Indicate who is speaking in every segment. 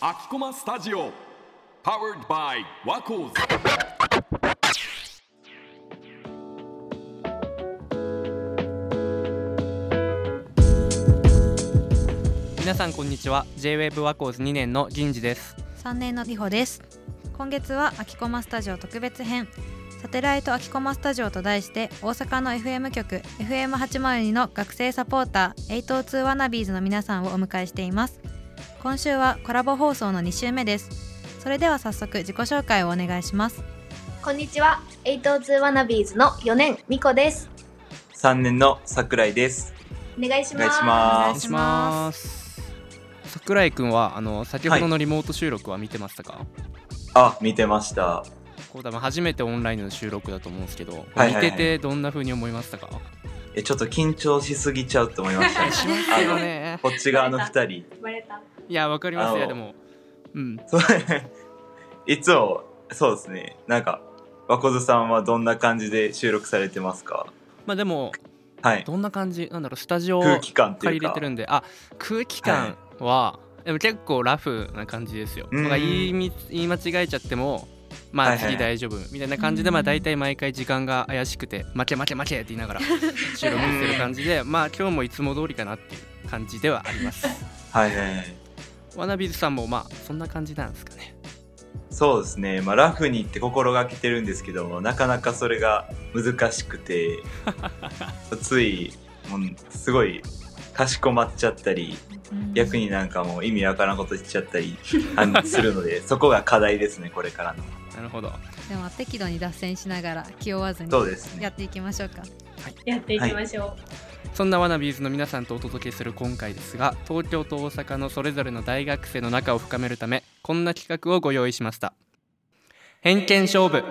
Speaker 1: アキコマスタジオ Powered by ワコーズ
Speaker 2: 皆さんこんにちは J-WAVE ワコーズ2年の銀次です
Speaker 3: 3年のりほです今月は「アキコマスタジオ特別編」サテライトアキコマスタジオと題して大阪の FM 局 FM802 の学生サポーター802ワナビーズの皆さんをお迎えしています今週はコラボ放送の2週目ですそれでは早速自己紹介をお願いします
Speaker 4: こんにちは、802ワナビーズの4年ミコです。
Speaker 5: 3年の桜井です。
Speaker 4: お願いし
Speaker 5: お
Speaker 4: ま
Speaker 5: 願い
Speaker 4: す。
Speaker 5: し
Speaker 3: お願
Speaker 5: ま
Speaker 3: いし
Speaker 5: す。
Speaker 3: ます
Speaker 2: 桜井くんはあの先ほどのリモート収録は見てましたか、
Speaker 5: あ、見てました。
Speaker 2: こう多分初めてオンラインの収録だと思うんですけど、
Speaker 5: はいはいはい
Speaker 2: 見ててどんな風に思いましたか
Speaker 5: え、ちょっと緊張しすぎちゃうと思いました、ね。 あの、
Speaker 2: ね
Speaker 5: こっち側の2人。
Speaker 4: バレた。
Speaker 2: いやわかります
Speaker 5: あ
Speaker 2: よ
Speaker 5: の
Speaker 2: でもうん
Speaker 5: そう いつも、そうですね。なんか、和子さんはどんな感じで収録されてますか
Speaker 2: まあでも
Speaker 5: はい。
Speaker 2: どんな感じなんだろうスタジオ
Speaker 5: 空気感ってい
Speaker 2: 借り
Speaker 5: う
Speaker 2: れ
Speaker 5: か
Speaker 2: て。るんであ空気感は、でも結構ラフな感じですよ
Speaker 5: うん
Speaker 2: なんか言いみ言い間違えちゃってもま
Speaker 5: は
Speaker 2: あ
Speaker 5: いはいはい
Speaker 2: 次大丈夫みたいな感じで、まあ大体毎回時間が怪しくて「負け負け負け」って言いな がら収録してる感じでまあ今日もいつも通りかなっていう感じではあり ます
Speaker 5: はいはいはい。
Speaker 2: ワナビーズさんもまあそんな感じなんですかね
Speaker 5: そうですね。まあ、ラフにって心がけてるんですけども、なかなかそれが難し くて、つい、もう、すごい、かしこまっちゃったり、逆になんかもう意味わからんことしちゃったりあのするので そこが課題ですねこれからの
Speaker 2: なるほど
Speaker 3: でも適度に脱線しながら気負わずに
Speaker 5: そうです
Speaker 3: や
Speaker 5: ね
Speaker 3: っていきましょうか
Speaker 4: やっていきましょう。
Speaker 2: そんなワナビーズの皆さんとお届けする今回ですが東京と大阪のそれぞれの大学生の仲を深めるためこんな企画をご用意しました偏見勝負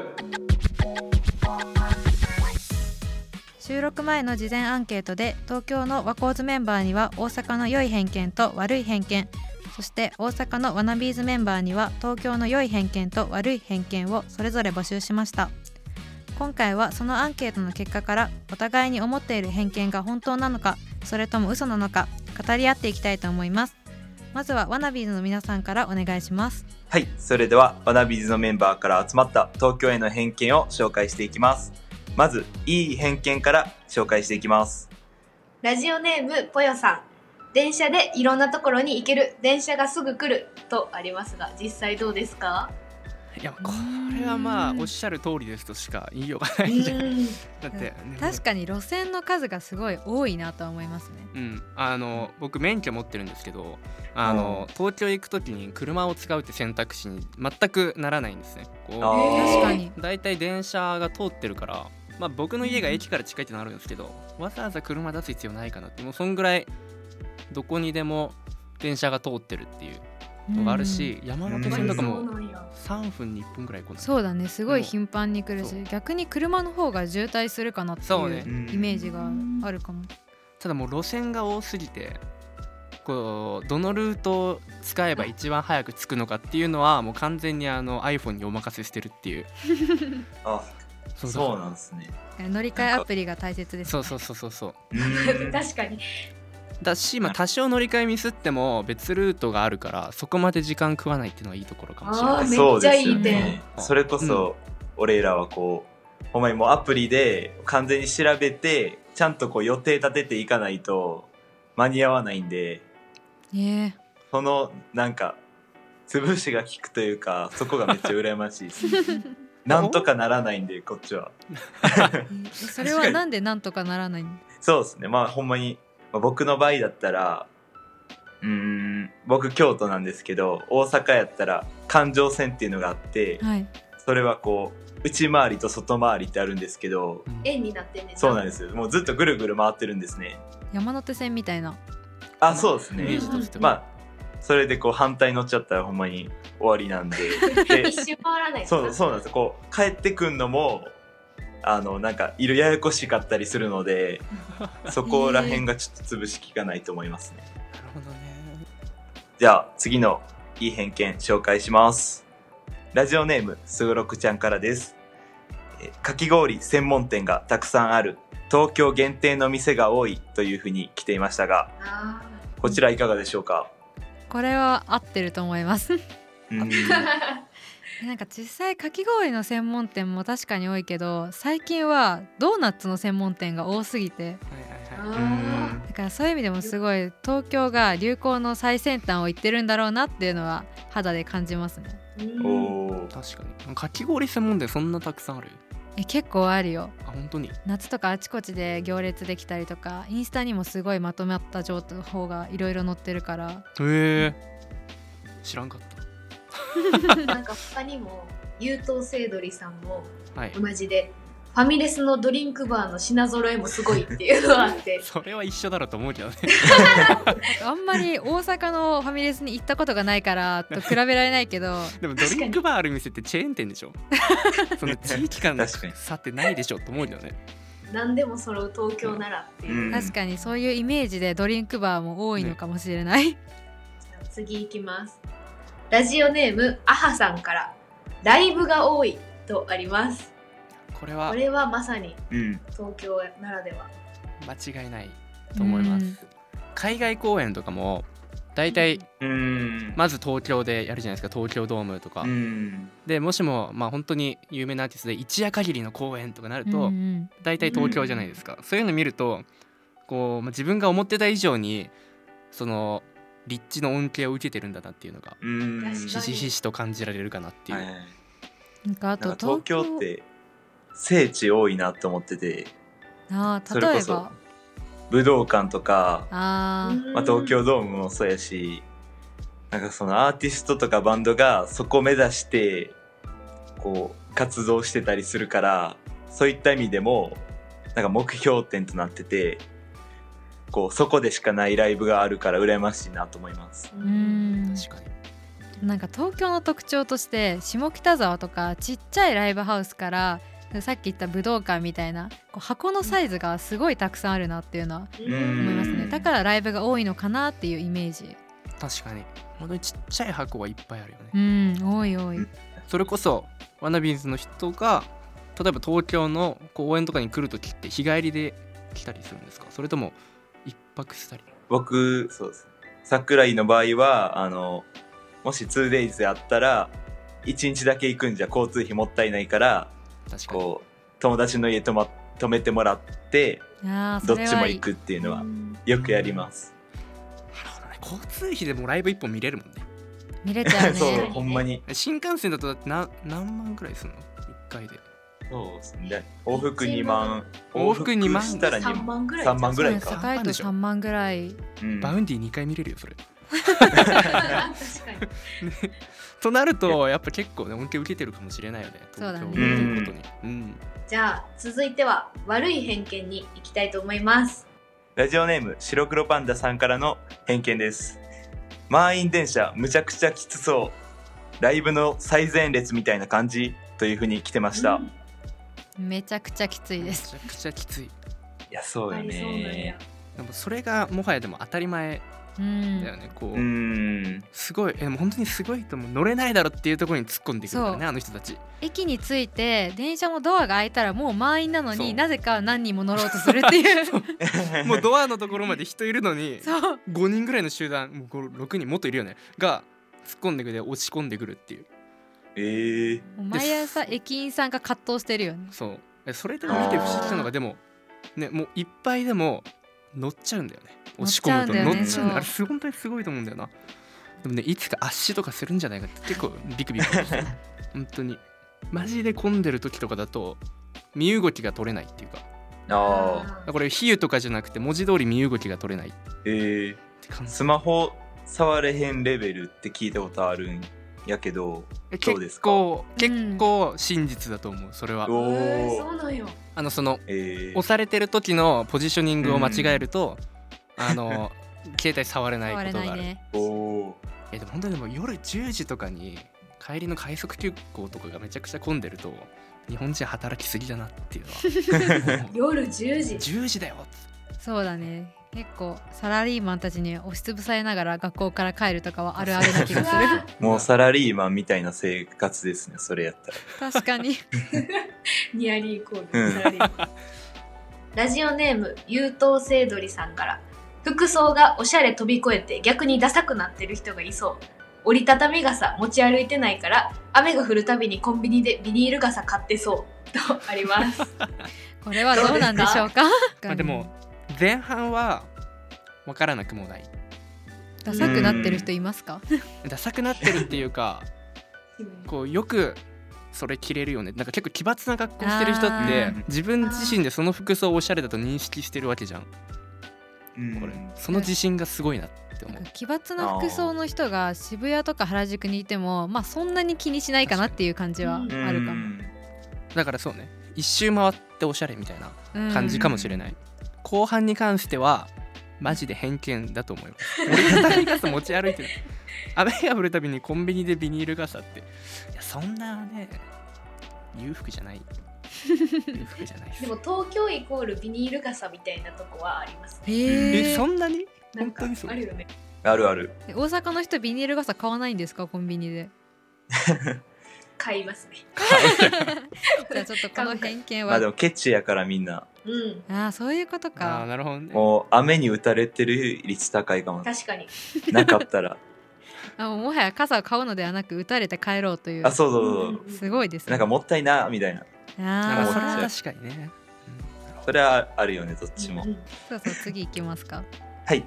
Speaker 3: 収録前の事前アンケートで東京のワコーズメンバーには大阪の良い偏見と悪い偏見そして大阪のワナビーズメンバーには東京の良い偏見と悪い偏見をそれぞれ募集しました今回はそのアンケートの結果からお互いに思っている偏見が本当なのかそれとも嘘なのか語り合っていきたいと思いますまずはワナビーズの皆さんからお願いします
Speaker 5: はいそれではワナビーズのメンバーから集まった東京への偏見を紹介していきますまずいい偏見から紹介していきます
Speaker 4: ラジオネームぽよさん。電車でいろんなところに行ける、電車がすぐ来るとありますが、実際どうですか？
Speaker 2: いやこれはまあおっしゃる通りですとしか言いようがないんじゃないだって、
Speaker 3: 確かに路線の数がすごい多いなとは思いますね
Speaker 2: うん、あの僕免許持ってるんですけどあの、東京行く時に車を使うって選択肢に全くならないんですねこ
Speaker 5: あー
Speaker 3: 確かに
Speaker 2: う大体電車が通ってるから、まあ、僕の家が駅から近いってのはあるんですけどわざわざ車出す必要ないかなってもうそんぐらいどこにでも電車が通ってるっていうのがあるし、山手線とか
Speaker 4: そう
Speaker 2: も
Speaker 4: なんや
Speaker 2: 3分に1分ぐらい来ない
Speaker 3: そうだねすごい頻繁に来る
Speaker 2: そ
Speaker 3: し逆に車の方が渋滞するかなってい
Speaker 2: そうね
Speaker 3: うイメージがあるかも、
Speaker 2: ただもう路線が多すぎてこうどのルートを使えば一番早く着くのかっていうのはもう完全にあの iPhone にお任せしてるっていう
Speaker 5: あ
Speaker 2: そ
Speaker 5: そうなんですね
Speaker 3: 乗り換えアプリが大切です
Speaker 2: そうそうそうそうそう
Speaker 5: うー ん
Speaker 4: 確かに。
Speaker 2: だし、まあ、多少乗り換えミスっても別ルートがあるからそこまで時間食わないっていうのはいいところかもしれない
Speaker 4: あー
Speaker 5: そうですよ
Speaker 4: めっちゃいい
Speaker 5: ねそれこそ俺らはこうほんまにもうアプリで完全に調べてちゃんとこう予定立てていかないと間に合わないんで
Speaker 3: ね
Speaker 5: そのなんか潰しが効くというかそこがめっちゃ羨ましい です、 なんとかならないんでこっちは
Speaker 3: ええそれはなんでなんとかならないの
Speaker 5: そうですねまあほんまに、まあ僕の場合だったらうーん僕京都なんですけど大阪やったら環状線っていうのがあって
Speaker 3: はい
Speaker 5: それはこう内回りと外回りってあるんですけど
Speaker 4: 円になってんねん。
Speaker 5: そうなん
Speaker 4: ん。
Speaker 5: ですよもうずっとぐるぐる回ってるんですね
Speaker 3: 山手線みたいな
Speaker 5: あそうです
Speaker 2: イメー
Speaker 5: ね
Speaker 2: ジとしては、
Speaker 5: まあそれでこう反対乗っちゃったらほんまに終わりな んでで
Speaker 4: 一周回らない。
Speaker 5: そうそうなんですこう帰ってくんのもあのなんかいろややこしかったりする のでそこら辺がちょっと潰しきかないと思いますね、
Speaker 2: なるほどね
Speaker 5: じゃあ次のいい偏見紹介しますラジオネームすごろくちゃんからですえーかき氷専門店がたくさんある東京限定の店が多いというふうに来ていましたが
Speaker 4: あ
Speaker 5: こちらいかがでしょうか、
Speaker 3: これは合ってると思います
Speaker 5: うん、
Speaker 3: なんか実際かき氷の専門店も確かに多いけど最近はドーナツの専門店が多すぎて
Speaker 2: はいはいはい
Speaker 4: あ
Speaker 3: だからそういう意味でもすごい東京が流行の最先端を行ってるんだろうなっていうのは肌で感じますね
Speaker 4: ー
Speaker 5: お
Speaker 4: うん
Speaker 5: おー
Speaker 2: 確かにかき氷専門店そんなたくさんある
Speaker 3: え結構あるよ
Speaker 2: あ本当に
Speaker 3: 夏とかあちこちで行列できたりとかインスタにもすごいまとまった情報がいろいろ載ってるから
Speaker 2: へえ知らんかっ
Speaker 4: なんか他にも優等生鳥さんも
Speaker 2: たはい
Speaker 4: 同じでファミレスのドリンクバーの品揃えもすごいっていうのがあって
Speaker 2: それは一緒だろうと思うけどね
Speaker 3: あんま り大阪のファミレスに行ったことがないからと比べられないけど
Speaker 2: でもドリンクバーある店ってチェーン店でしょ その地域間の
Speaker 5: 確かに
Speaker 2: 差ってないでしょと思うけどね
Speaker 4: 何でも揃う東京ならっていう、
Speaker 5: うん
Speaker 3: 確かにそういうイメージでドリンクバーも多いのかもしれない、
Speaker 4: 次いきますラジオネームアハさんからライブが多いとあります
Speaker 2: これは
Speaker 4: これはまさに
Speaker 5: うん
Speaker 4: 東京ならでは
Speaker 2: 間違いないと思います、
Speaker 3: うん
Speaker 2: 海外公演とかも大体
Speaker 5: うん
Speaker 2: まず東京でやるじゃないですか東京ドームとか、
Speaker 5: うん
Speaker 2: でもしもまあ本当に有名なアーティストで一夜限りの公演とかなる
Speaker 3: うんう
Speaker 2: と
Speaker 3: ん
Speaker 2: 大体東京じゃないですか、そういうの見るとこう、まあ、自分が思ってた以上にその立地の恩恵を受けてるんだなっていうのが
Speaker 5: うん
Speaker 4: 確か
Speaker 2: ひしひしと感じられるかなっていう、
Speaker 5: はいはい
Speaker 3: なんかあと
Speaker 5: なんか東京っ
Speaker 3: 東京
Speaker 5: て聖地多いなと思ってて
Speaker 3: ああ
Speaker 5: それ
Speaker 3: 例
Speaker 5: こ
Speaker 3: え
Speaker 5: そ
Speaker 3: ば
Speaker 5: 武道館とか、
Speaker 3: あー
Speaker 5: まあ、東京ドームもそうやしなんかそのアーティストとかバンドがそこ目指してこう活動してたりするからそういった意味でもなんか目標点となっててこうそこでしかないライブがあるから羨ましいなと思います。
Speaker 4: う
Speaker 3: うんん
Speaker 2: 確かに
Speaker 3: なんか東京の特徴として下北沢とかちっちゃいライブハウスからさっき言った武道館みたいなこう箱のサイズがすごいたくさんあるなっていうのは思います
Speaker 5: う
Speaker 3: ね
Speaker 5: ん
Speaker 3: だからライブが多いのかなっていうイメージ
Speaker 2: 確かに本当にちっちゃい箱はいっぱいあるよね、
Speaker 3: うん多い多い
Speaker 2: それこそワナビーズの人が例えば東京の公園とかに来るときって日帰りで来たりするんですかそれとも一泊したり
Speaker 5: 僕そうです桜井の場合はあのもし 2days であったら1日だけ行くんじゃ交通費もったいないから
Speaker 2: 確かに
Speaker 5: こう友達の家泊ま泊めてもらって
Speaker 3: あーそ
Speaker 5: どっ
Speaker 3: れ
Speaker 5: ちも
Speaker 3: はい
Speaker 5: 行
Speaker 3: い
Speaker 5: くっていうのはよくやります。
Speaker 2: 交通費でもライブ一本見れるもんね
Speaker 3: 見れちゃう
Speaker 5: そうう
Speaker 3: ね
Speaker 5: ほんまに
Speaker 2: 新幹線だとだってな何万くらいするの1回で
Speaker 5: そうですね往復2万
Speaker 2: 往復2万
Speaker 5: したら
Speaker 4: 3
Speaker 5: 2万
Speaker 4: 万ぐらい
Speaker 5: 3万ぐらい
Speaker 3: そう
Speaker 5: か、
Speaker 3: 高いと3万ぐらい
Speaker 5: うん
Speaker 2: バウンディ2回見れるよそれ
Speaker 4: 確かに
Speaker 2: となるとやっぱ結構ね恩恵受けてるかもしれないよね
Speaker 3: そうだね
Speaker 2: 東京っていうことにうん
Speaker 4: じゃあ続いては悪い偏見に行きたいと思います
Speaker 5: ラジオネーム白黒パンダさんからの偏見です満員電車むちゃくちゃきつそうライブの最前列みたいな感じというふうに来てました、
Speaker 4: うん
Speaker 5: い
Speaker 3: めちゃくちゃきつい
Speaker 2: め
Speaker 3: です
Speaker 2: ちゃくちゃきつい
Speaker 5: やそうよ
Speaker 4: ありそうなん
Speaker 5: ね
Speaker 4: や
Speaker 2: でもそれがもはやでも当たり前
Speaker 3: う
Speaker 2: だよ
Speaker 3: ん
Speaker 2: ねこう、
Speaker 5: うん
Speaker 2: すごいえでも本当にすごいと思う乗れないだろっていうところに突っ込んでくるから
Speaker 3: そ
Speaker 2: ねあの人たち
Speaker 3: 駅に着いて電車もドアが開いたらもう満員なの
Speaker 2: そ
Speaker 3: に
Speaker 2: う
Speaker 3: なぜか何人も乗ろうとするって いう
Speaker 2: もうドアのところまで人いるのに
Speaker 3: そう
Speaker 2: 5人ぐらいの集団もう5 6人もっといるよねが突っ込んでくれ落ち込んでくるっていう
Speaker 5: えー、
Speaker 3: 毎朝駅員さんが葛藤してるよね
Speaker 2: そうえそれでも見て不思議なのがでもねもういっぱいでも乗っちゃうんだよね
Speaker 3: 乗っ
Speaker 2: 落ち
Speaker 3: ち
Speaker 2: 込
Speaker 3: ゃう
Speaker 2: む
Speaker 3: ん
Speaker 2: と
Speaker 3: だよ
Speaker 2: 乗
Speaker 3: ね
Speaker 2: っちゃうんだよあれ
Speaker 3: そ
Speaker 2: す本当にすごいと思うんだよなでもねいつか圧死とかするんじゃないかって結構ビクビクして る本当にマジで混んでる時とかだと身動きが取れないっていうか
Speaker 5: ああ
Speaker 2: これ比喩とかじゃなくて文字通り身動きが取れないっ
Speaker 5: えー、
Speaker 2: て感じ
Speaker 5: スマホ触れへんレベルって聞いたことあるんやけどそうで
Speaker 2: 結
Speaker 5: すか
Speaker 2: 構
Speaker 3: うん
Speaker 2: 結構真実だと思うそれは
Speaker 5: お
Speaker 4: えーそ
Speaker 5: お
Speaker 4: うなんよ
Speaker 2: あのその
Speaker 5: えー
Speaker 2: 押されてる時のポジショニングを間違えるとあの 携帯触れない
Speaker 3: 触れ
Speaker 2: こと
Speaker 3: ない
Speaker 2: がある
Speaker 3: ね
Speaker 5: おお
Speaker 2: えでも本当にでも夜10時とかに帰りの快速急行とかがめちゃくちゃ混んでると日本人働きすぎだなっていうのは
Speaker 4: 夜10時
Speaker 2: 10時だよ
Speaker 3: そうだね結構サラリーマンたちに押しつぶされながら学校から帰るとかはあるあるな気がする
Speaker 5: もうサラリーマンみたいな生活ですねそれやったら
Speaker 3: 確かに
Speaker 4: ニアリーイコー
Speaker 5: う
Speaker 4: ル
Speaker 5: ん
Speaker 4: サラリーマンラジオネーム優等生鳥さんから服装がおしゃれ飛び越えて逆にダサくなってる人がいそう折りたたみ傘持ち歩いてないから雨が降るたびにコンビニでビニール傘買ってそうとあります
Speaker 3: これはどうなんでしょうか
Speaker 2: まあでも前半は分からなくもない
Speaker 3: ダサくなってる人いますか
Speaker 2: ダサくなってるっていうかこうよくそれ着れるよねなんか結構奇抜な格好してる人
Speaker 3: あ
Speaker 2: って
Speaker 5: ー
Speaker 2: 自分自身でその服装をおしゃれだと認識してるわけじゃん
Speaker 5: うん
Speaker 2: これその自信がすごいなって思う
Speaker 3: 奇抜な服装の人が渋谷とか原宿にいてもまあそんなに気にしないかなっていう感じはあ
Speaker 5: うん
Speaker 3: るかも、
Speaker 2: だからそうね一周回っておしゃれみたいな
Speaker 3: うん
Speaker 2: 感じかもしれない、後半に関してはマジで偏見だと思います折りたたみ傘持ち歩いてる雨が降るたびにコンビニでビニール傘っていやそんなね裕福じゃない裕福じゃないです
Speaker 4: でも東京イコールビニール傘みたいなとこはありますね
Speaker 3: へ
Speaker 2: え
Speaker 3: え
Speaker 2: そんなに
Speaker 4: な
Speaker 2: 本
Speaker 4: んか
Speaker 2: 当にそう
Speaker 4: あるよね
Speaker 5: あるある
Speaker 3: 大阪の人ビニール傘買わないんですかコンビニで
Speaker 4: 買いますね
Speaker 3: じゃあちょっとこの偏見
Speaker 5: まあ
Speaker 3: は、
Speaker 5: でもケチやからみんな
Speaker 4: うん
Speaker 3: ああそういうこと
Speaker 2: ああー
Speaker 3: か
Speaker 2: なるほどね
Speaker 5: もう雨に打たれてる率高いかも
Speaker 4: 確かに
Speaker 5: なかったら
Speaker 3: あもうもはや傘を買うのではなく打たれて帰ろうという
Speaker 5: あそうそうそう、
Speaker 3: すごいですね
Speaker 5: なんかもったいなみたいな
Speaker 2: あーそれ
Speaker 3: あ
Speaker 2: は
Speaker 3: あ
Speaker 2: 確かにね、うんなるほど
Speaker 5: それはあるよねどっちも、
Speaker 4: うん
Speaker 3: そうそう次行きますか
Speaker 5: はい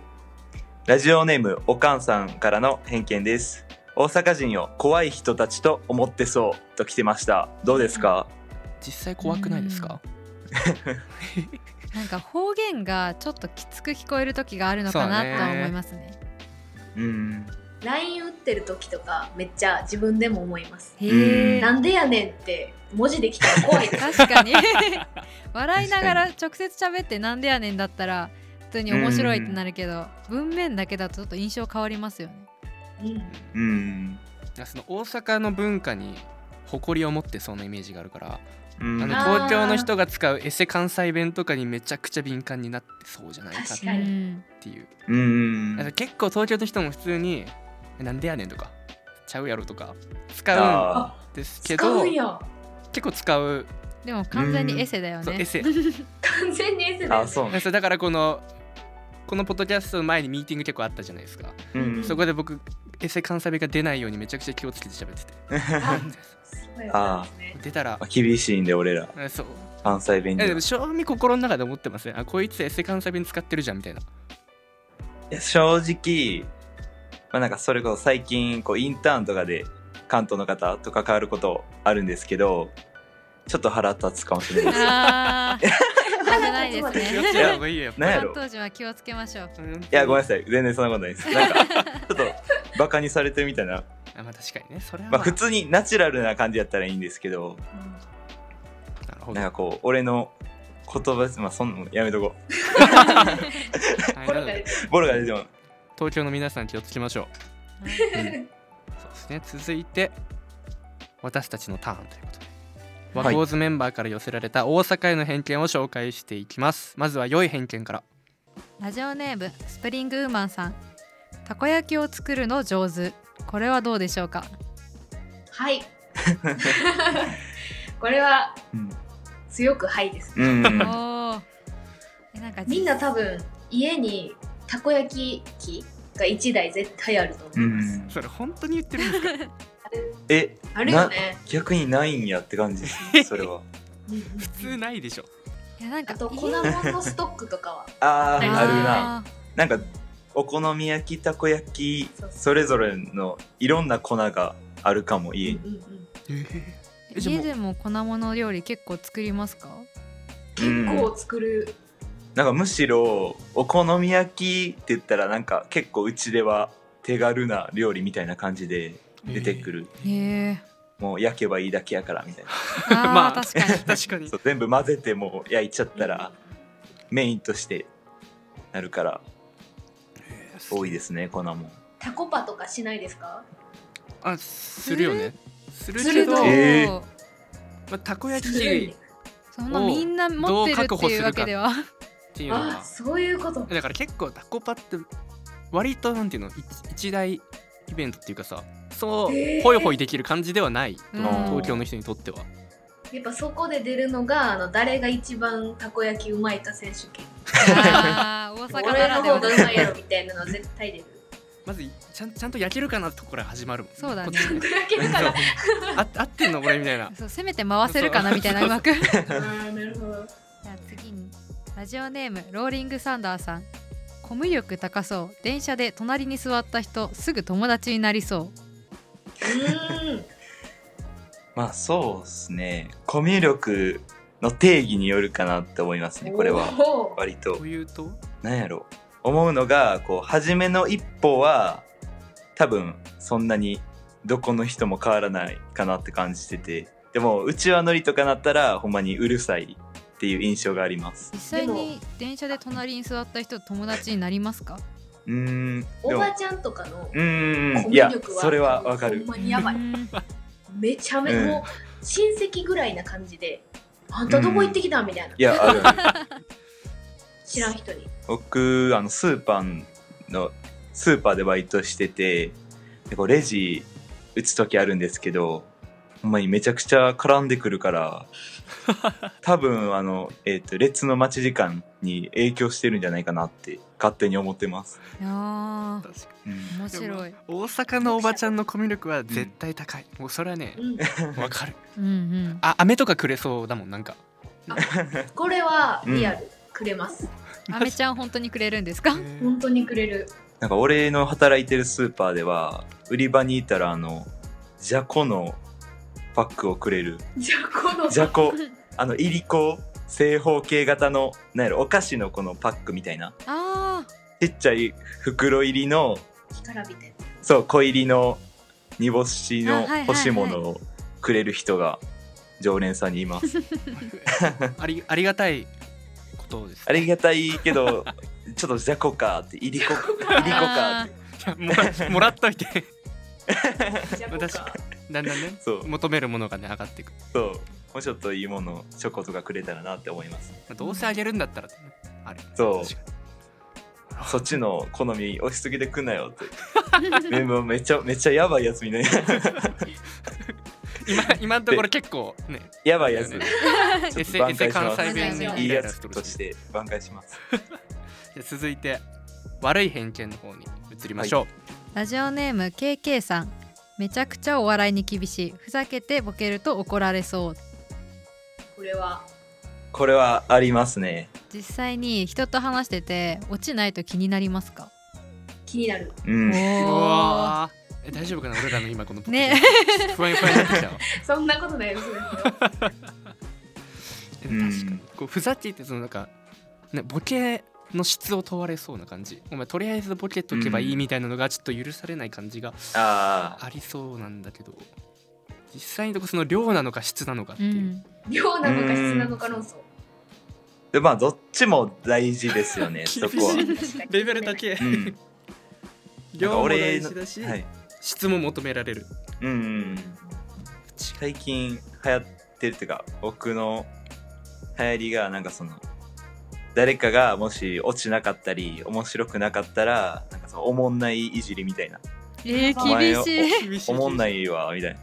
Speaker 5: ラジオネームおかんさんからの偏見です大阪人を怖い人たちと思ってそうと来てましたどうですか、
Speaker 2: 実際怖くないですか、
Speaker 3: なんか方言がちょっときつく聞こえる時があるのかな
Speaker 2: そうね
Speaker 3: とは思いますね
Speaker 5: うん、
Speaker 4: LINE 打ってる時とかめっちゃ自分でも思います
Speaker 3: へえ
Speaker 4: なんでやねんって文字できたら 怖いです
Speaker 3: 確かに笑いながら直接喋ってなんでやねんだったら普通に面白いってなるけど文面だけだとちょっと印象変わりますよね
Speaker 4: うん
Speaker 5: うん、
Speaker 2: その大阪の文化に誇りを持ってそうなイメージがあるから
Speaker 5: うん、
Speaker 2: あの
Speaker 4: あー
Speaker 2: 東京の人が使うエセ関西弁とかにめちゃくちゃ敏感になってそうじゃないかっ
Speaker 4: 確かに
Speaker 3: うん
Speaker 2: ていう
Speaker 5: うん
Speaker 2: だから結構東京の人も普通に「なんでやねん」とか「ちゃうやろ」とか使うん
Speaker 5: あ
Speaker 2: ですけ
Speaker 4: 使
Speaker 2: ど
Speaker 4: うん
Speaker 2: 結
Speaker 4: や
Speaker 2: 構使う
Speaker 3: でも完全にエセだよ
Speaker 2: そうエ
Speaker 3: ね
Speaker 2: セ
Speaker 4: 完全に S
Speaker 5: ーあ
Speaker 4: で
Speaker 5: ー
Speaker 4: す
Speaker 5: そうね
Speaker 2: そうだからこのこのポッドキャストの前にミーティング結構あったじゃないですか、
Speaker 5: うん
Speaker 2: そこで僕エセ関西弁が出ないようにめちゃくちゃ気をつけて喋ってて
Speaker 4: そ うやったんですね
Speaker 2: 出たら
Speaker 5: まあ厳しいんで俺ら
Speaker 2: えそう
Speaker 5: 関西弁
Speaker 2: い
Speaker 5: 人
Speaker 2: やで
Speaker 5: い
Speaker 2: も正味心の中で思ってません、あこいつエセ関西弁使ってるじゃんみたいな
Speaker 5: や正直まあなんかそれこそ最近こうインターンとかで関東の方と関わることあるんですけどちょっと腹立つかもし れないです
Speaker 3: あー危ないです
Speaker 4: え
Speaker 2: 気を
Speaker 3: ね
Speaker 2: つけた方がいいよやっぱ
Speaker 5: なんや
Speaker 3: 関
Speaker 5: ろ
Speaker 3: 東人は気をつけましょう
Speaker 2: りい
Speaker 5: いやごめんなさい全然そんなことないですなんかちょっとバカにされてるみたい な
Speaker 2: あまあ確かにねそれは、
Speaker 5: まあ普通にナチュラルな感じやったらいいんですけど
Speaker 2: なるほど
Speaker 5: なんかこう俺の言葉まあそんなのやめとこ
Speaker 2: はい
Speaker 4: これ
Speaker 2: なので
Speaker 5: う ボロが出ても
Speaker 2: 東京の皆さん気をつけましょう、うんそうですね続いて私たちのターンということで
Speaker 5: は
Speaker 2: 和
Speaker 5: い
Speaker 2: 光図メンバーから寄せられた大阪への偏見を紹介していきますまずは良い偏見から
Speaker 3: ラジオネームスプリングウーマンさんたこ焼きを作るの上手これはどうでしょうか
Speaker 4: はい これは
Speaker 5: うん
Speaker 4: 強くはいです
Speaker 5: うん
Speaker 3: おーえなんか
Speaker 4: みんな多分家にたこ焼き器が1台絶対あると思
Speaker 5: う
Speaker 4: います、
Speaker 5: ん
Speaker 2: それ本当に言ってるんですか
Speaker 5: え
Speaker 4: あるよね
Speaker 5: 逆にないんやって感じですそれ は
Speaker 4: うんうん
Speaker 2: 普通ないでしょ
Speaker 3: いやなん
Speaker 4: あ
Speaker 3: か
Speaker 4: と
Speaker 3: いい
Speaker 4: 粉もんのストックとかは
Speaker 5: あーあ
Speaker 4: あ
Speaker 5: るな
Speaker 3: あ
Speaker 5: なんかお好み焼きたこ焼き
Speaker 4: そう
Speaker 5: それぞれのいろんな粉があるかも
Speaker 4: うん
Speaker 5: 家に
Speaker 4: うんうん
Speaker 3: ー
Speaker 2: えじゃあも
Speaker 3: 家
Speaker 2: う
Speaker 3: でも粉物料理結構作りますか
Speaker 5: うん
Speaker 4: 結構作る、
Speaker 5: なんかむしろお好み焼きって言ったらなんか結構うちでは手軽な料理みたいな感じで出てくる、
Speaker 3: へ え
Speaker 5: もう焼けばいいだけやからみたいな
Speaker 3: あー、
Speaker 2: まあ
Speaker 3: 確 かに
Speaker 2: 確かに
Speaker 5: そう全部混ぜてもう焼いちゃったらメインとしてなるから多いですね粉もん
Speaker 4: タコパとかしないですか
Speaker 2: あするよねする
Speaker 4: す
Speaker 2: け
Speaker 4: る
Speaker 2: ど、
Speaker 4: の
Speaker 2: ま
Speaker 5: えー
Speaker 3: おー
Speaker 2: あ、たこ焼き
Speaker 4: するん
Speaker 2: 器
Speaker 4: や
Speaker 3: そんなみんな持ってる
Speaker 2: どう確保
Speaker 3: って
Speaker 2: する
Speaker 3: いう
Speaker 2: か
Speaker 3: わけでは
Speaker 2: っていうの
Speaker 4: あ
Speaker 2: が
Speaker 4: そういうこと
Speaker 2: だから結構タコパって割となんていうのい一大イベントっていうかさそう、
Speaker 4: えー
Speaker 2: ホイホイできる感じではない、
Speaker 3: うん
Speaker 2: 東京の人にとっては
Speaker 4: やっぱそこで出るのがあの誰が一番たこ焼きうまいか選手権
Speaker 3: あー大阪
Speaker 4: 俺
Speaker 3: なら
Speaker 4: の
Speaker 3: では
Speaker 4: 方がう
Speaker 3: だ
Speaker 4: まいやろみたいなのは絶対出る。
Speaker 2: まずちゃんちゃんと焼けるかなってとこから始まるもん
Speaker 3: そうだね
Speaker 2: こっちね
Speaker 4: 焼けるかな。
Speaker 2: あ合ってんのこれみたいな
Speaker 3: そうせめて回せるかなみたいなうまくじ
Speaker 4: あ ーなるほど。
Speaker 3: ゃあ次にラジオネームローリングサンダーさんコミュ力高そう電車で隣に座った人すぐ友達になりそう
Speaker 4: う
Speaker 5: まあそうですねコミュ力の定義によるかなって思います
Speaker 4: ー
Speaker 5: ね
Speaker 4: ん。
Speaker 5: これは
Speaker 4: おー。
Speaker 5: 割と
Speaker 2: というと
Speaker 5: なんやろ思うのがこう初めの一歩は多分そんなにどこの人も変わらないかなって感じててでもうちわ乗りとかなったらほんまにうるさいっていう印象があります
Speaker 3: 実際に電車で隣に座った人友達になりますか
Speaker 5: うーんで
Speaker 4: お
Speaker 5: も
Speaker 4: ばちゃんとかの
Speaker 5: うー
Speaker 4: コ
Speaker 5: んい
Speaker 4: ミュ
Speaker 5: や
Speaker 4: 力は
Speaker 5: それはわか
Speaker 4: ほ
Speaker 5: る
Speaker 4: んまにやばい。めちゃめちゃ、
Speaker 5: うん
Speaker 4: もう親戚ぐらいな感じで、あんたどこ行ってきたみたいな。
Speaker 5: いやあるある
Speaker 4: 知らん人に。
Speaker 5: 僕あのスーパーのスーパーでバイトしててでこうレジ打つ時あるんですけどほんまにめちゃくちゃ絡んでくるから 多分あの、えー、と列の待ち時間に影響してるんじゃないかなって勝手に思ってます、
Speaker 3: あ
Speaker 2: 確か
Speaker 5: うん
Speaker 3: ー面白い
Speaker 2: 大阪のおばちゃんのコミュ力は絶対高い、もうそれはね
Speaker 4: うん、
Speaker 2: わかる
Speaker 3: うんうん
Speaker 2: あ飴とかくれそうだもんなんか
Speaker 4: これはリアル、くれます。
Speaker 3: あめちゃん本当にくれるんですか
Speaker 4: 本当にくれる。
Speaker 5: なんか俺の働いてるスーパーでは売り場にいたらあのじゃこのパックをくれる
Speaker 4: じゃあこの
Speaker 5: じゃこあのいりこ正方形型のなんやろお菓子のこのパックみたいな
Speaker 3: あ
Speaker 5: ちっちゃい袋入りの
Speaker 4: 干からびたやつ
Speaker 5: そう小入りの煮干し
Speaker 3: あは
Speaker 5: の
Speaker 3: いはいはい
Speaker 5: 干し物をくれる人が常連さんに います。
Speaker 2: ありありがたいことです
Speaker 5: ありがたいけどちょっとじゃこかっていり こいりこかって
Speaker 2: いや もらもらっといて
Speaker 4: じゃこ
Speaker 2: 私
Speaker 4: か。
Speaker 2: だんだんね
Speaker 5: そう
Speaker 2: 求めるものがね上がっていく
Speaker 5: そうもうちょっといいものチョコとかくれたらなって思い ます。
Speaker 2: まあどうせあげるんだったらってねあれ
Speaker 5: そう
Speaker 2: 確か
Speaker 5: そっちの好み押しすぎてくんなよって。でもめっちゃめっちゃやばいやつみたいな
Speaker 2: に今今のところ結構ね
Speaker 5: やばいやつ。
Speaker 2: ね
Speaker 5: ちょ
Speaker 2: エ
Speaker 5: っと
Speaker 2: セ
Speaker 5: 挽
Speaker 2: エセ
Speaker 5: 回
Speaker 2: 関
Speaker 5: しま
Speaker 2: 西
Speaker 5: す。
Speaker 2: 弁
Speaker 4: 挽回します
Speaker 2: に
Speaker 5: いい
Speaker 2: イライ
Speaker 5: や
Speaker 2: ラす
Speaker 5: つ
Speaker 2: る
Speaker 5: として挽回します。
Speaker 2: じゃあ続いて悪い偏見の方に移りましょう、
Speaker 3: ーラジオネーム KK さんめちゃくちゃお笑いに厳しいふざけてボケると怒られそう
Speaker 4: これは
Speaker 5: これはありますね。
Speaker 3: 実際に人と話してて落ちないと気になりますか
Speaker 4: 気になる。
Speaker 5: うん。
Speaker 2: う
Speaker 3: お
Speaker 2: わーえ大丈夫かな俺らの今このポッド
Speaker 3: ね
Speaker 2: キャスト不安いっぱいになってき たわ
Speaker 4: そんなことないですよ。
Speaker 2: え
Speaker 5: うん
Speaker 2: 確かにこうふざけてそのなんか、ね、ボケの質を問われそうな感じお前とりあえずボケとけばいいみたいなのがちょっと許されない感じが
Speaker 5: ああ。
Speaker 2: ありそうなんだけど実際にどこその量なのか質なのかって
Speaker 3: う
Speaker 2: いう、
Speaker 3: ん
Speaker 4: 量なのか質なのか論争。
Speaker 5: でまあどっちも大事ですよね
Speaker 2: 厳しい
Speaker 5: そこは。
Speaker 2: うん
Speaker 4: 確かに
Speaker 2: レベルだ。け、
Speaker 5: うん、なんか
Speaker 2: 量も大事だし、
Speaker 5: 俺のはい、
Speaker 2: 質も求められる
Speaker 5: うんうん、最近流行ってるっていうか僕の流行りがなんかその誰かがもし落ちなかったり面白くなかったらなんかそのおもんないいじりみたいな
Speaker 3: え
Speaker 5: お
Speaker 3: ー、
Speaker 5: 前
Speaker 3: 厳
Speaker 5: を
Speaker 3: しい
Speaker 2: 厳し
Speaker 5: おもんないいわみたい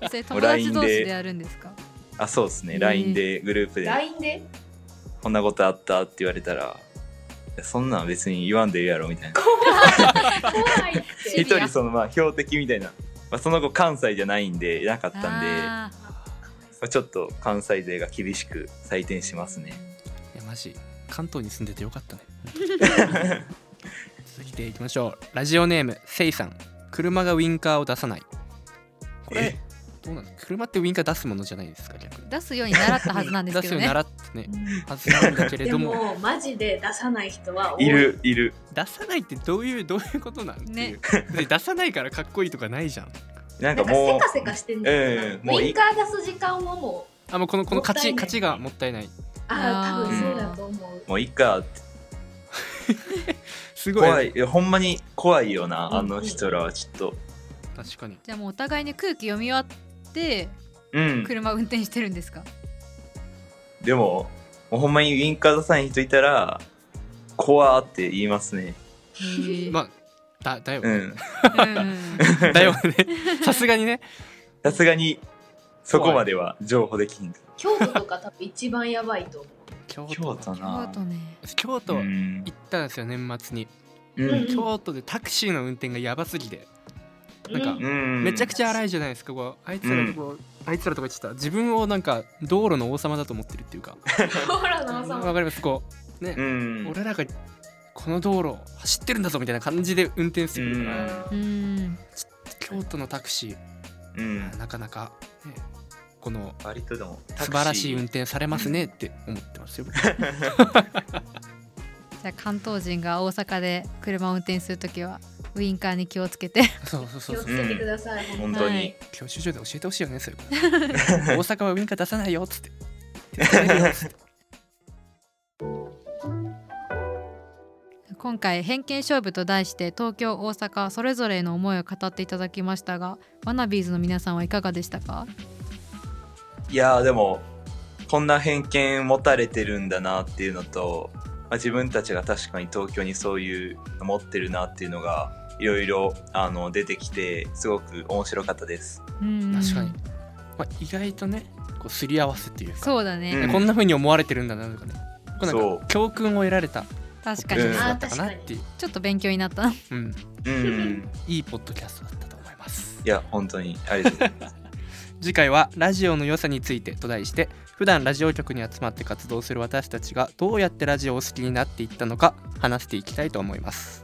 Speaker 5: な
Speaker 3: それ友達同士でやるんですか
Speaker 5: あそうですね、
Speaker 3: うん
Speaker 5: LINE でグループで
Speaker 4: LINE で
Speaker 5: 「こんなことあった?」って言われたら「いやそんなん別に言わんでええやろ」みたいな
Speaker 4: 怖いって。
Speaker 5: 一人そのまあ標的みたいな、まあ、その後関西じゃないんでいなかったんで。
Speaker 3: あ
Speaker 5: まあちょっと関西勢が厳しく採点しますね。
Speaker 2: いやマジ関東に住んでてよかったね 続いていきましょうラジオネームせいさん車がウインカーを出さないこれどうなの車ってウインカー出すものじゃないですか逆に
Speaker 3: ー出すように習ったはずなんです
Speaker 2: 出
Speaker 3: け
Speaker 2: すよう
Speaker 3: どね
Speaker 2: に習ってねはずなんだけれ
Speaker 4: で
Speaker 2: ども
Speaker 4: もマジで出さない人は多
Speaker 5: いるいる。
Speaker 2: 出さないってどういうどういうことなんっていう、
Speaker 3: ね
Speaker 2: で出さないからかっこいいとかないじゃん
Speaker 5: なん
Speaker 4: な
Speaker 5: か
Speaker 4: んか
Speaker 5: も
Speaker 4: せ
Speaker 5: う
Speaker 4: かせかしてんの
Speaker 5: ええも
Speaker 4: ウ
Speaker 5: うい
Speaker 4: インカー出す時間はもう
Speaker 2: あもうこのこの勝ち
Speaker 4: もったいない
Speaker 2: 勝ちがもったいない
Speaker 4: ああ
Speaker 3: あー
Speaker 4: 多分そうだと思う
Speaker 5: もういいかって
Speaker 2: すごい
Speaker 5: 怖いいやほんまに怖いよな、
Speaker 4: うん
Speaker 5: あの人らはちょっと。
Speaker 2: 確かに
Speaker 3: じゃあもうお互いに空気読み終わって
Speaker 5: うん。
Speaker 3: 車運転してるんですか
Speaker 5: でももうほんまにウインカー出さない人いたら怖って言いますね。
Speaker 2: まあだだよ
Speaker 5: う
Speaker 2: ね、
Speaker 5: ん。
Speaker 3: うん
Speaker 2: だよねさすがにね
Speaker 5: さすがにそこまでは情報できん。
Speaker 4: 京都とか多分一番やばいと思う
Speaker 2: 京都
Speaker 5: 京都
Speaker 3: 京
Speaker 5: な
Speaker 3: 都ね
Speaker 2: 京都
Speaker 5: う
Speaker 2: 行
Speaker 5: ん
Speaker 2: ったんですよ年末に、
Speaker 5: うん
Speaker 2: 京都でタクシーの運転がやばすぎてなんか、
Speaker 5: うん
Speaker 2: めちゃくちゃ荒いじゃないですかこうあいつらとこう、あいつらとか言ってた自分をなんか道路の王様だと思ってるっていうか
Speaker 4: ほらなおさん
Speaker 2: わかりますこう
Speaker 5: う
Speaker 2: ね、
Speaker 5: ん
Speaker 2: 俺らがこの道路を走ってるんだぞみたいな感じで運転するから、
Speaker 5: うん
Speaker 3: うん
Speaker 2: 京都のタクシ
Speaker 5: うん
Speaker 2: ーなかなか、ね、この
Speaker 5: 割とでも
Speaker 2: 素晴らしい運
Speaker 5: タク
Speaker 2: 転されますねって思ってます よ、僕
Speaker 3: じゃあ関東人が大阪で車を運転するときはウインカーに気をつけて
Speaker 2: そうそうそ
Speaker 4: 気
Speaker 2: う
Speaker 4: を
Speaker 2: そ
Speaker 4: つ
Speaker 2: う
Speaker 4: けてください、
Speaker 5: シー本当
Speaker 3: は
Speaker 5: に
Speaker 3: い
Speaker 2: 教習所で教えてほしいよねそ れ大阪はウインカー出さないよっつって絶対出ないよっつって
Speaker 3: 今回「偏見勝負」と題して東京大阪それぞれの思いを語っていただきましたがワナビーズの皆さんはいかがでしたか
Speaker 5: いやーでもこんな偏見持たれてるんだなっていうのと、まあ、自分たちが確かに東京にそういうの持ってるなっていうのがいろいろあの出てきてすごく面白かった です。
Speaker 3: うん
Speaker 2: 確かに、まあ、意外とねこうすり合わせっていうか
Speaker 3: そうだね、
Speaker 5: うん
Speaker 2: こんな風に思われてるんだなとかねこうなんか
Speaker 5: そう
Speaker 2: 教訓を得られた
Speaker 3: 確か
Speaker 2: ポッ
Speaker 3: に、
Speaker 2: ドキャスト
Speaker 5: うん
Speaker 2: だ
Speaker 3: あ
Speaker 2: ったかなっていう、
Speaker 3: ちょっと勉強になったな
Speaker 2: うん、
Speaker 5: うん、
Speaker 2: いいポッドキャストだったと思います
Speaker 5: いや本当にありがとうございます。
Speaker 2: 次回はラジオの良さについてと題して普段ラジオ局に集まって活動する私たちがどうやってラジオを好きになっていったのか話していきたいと思います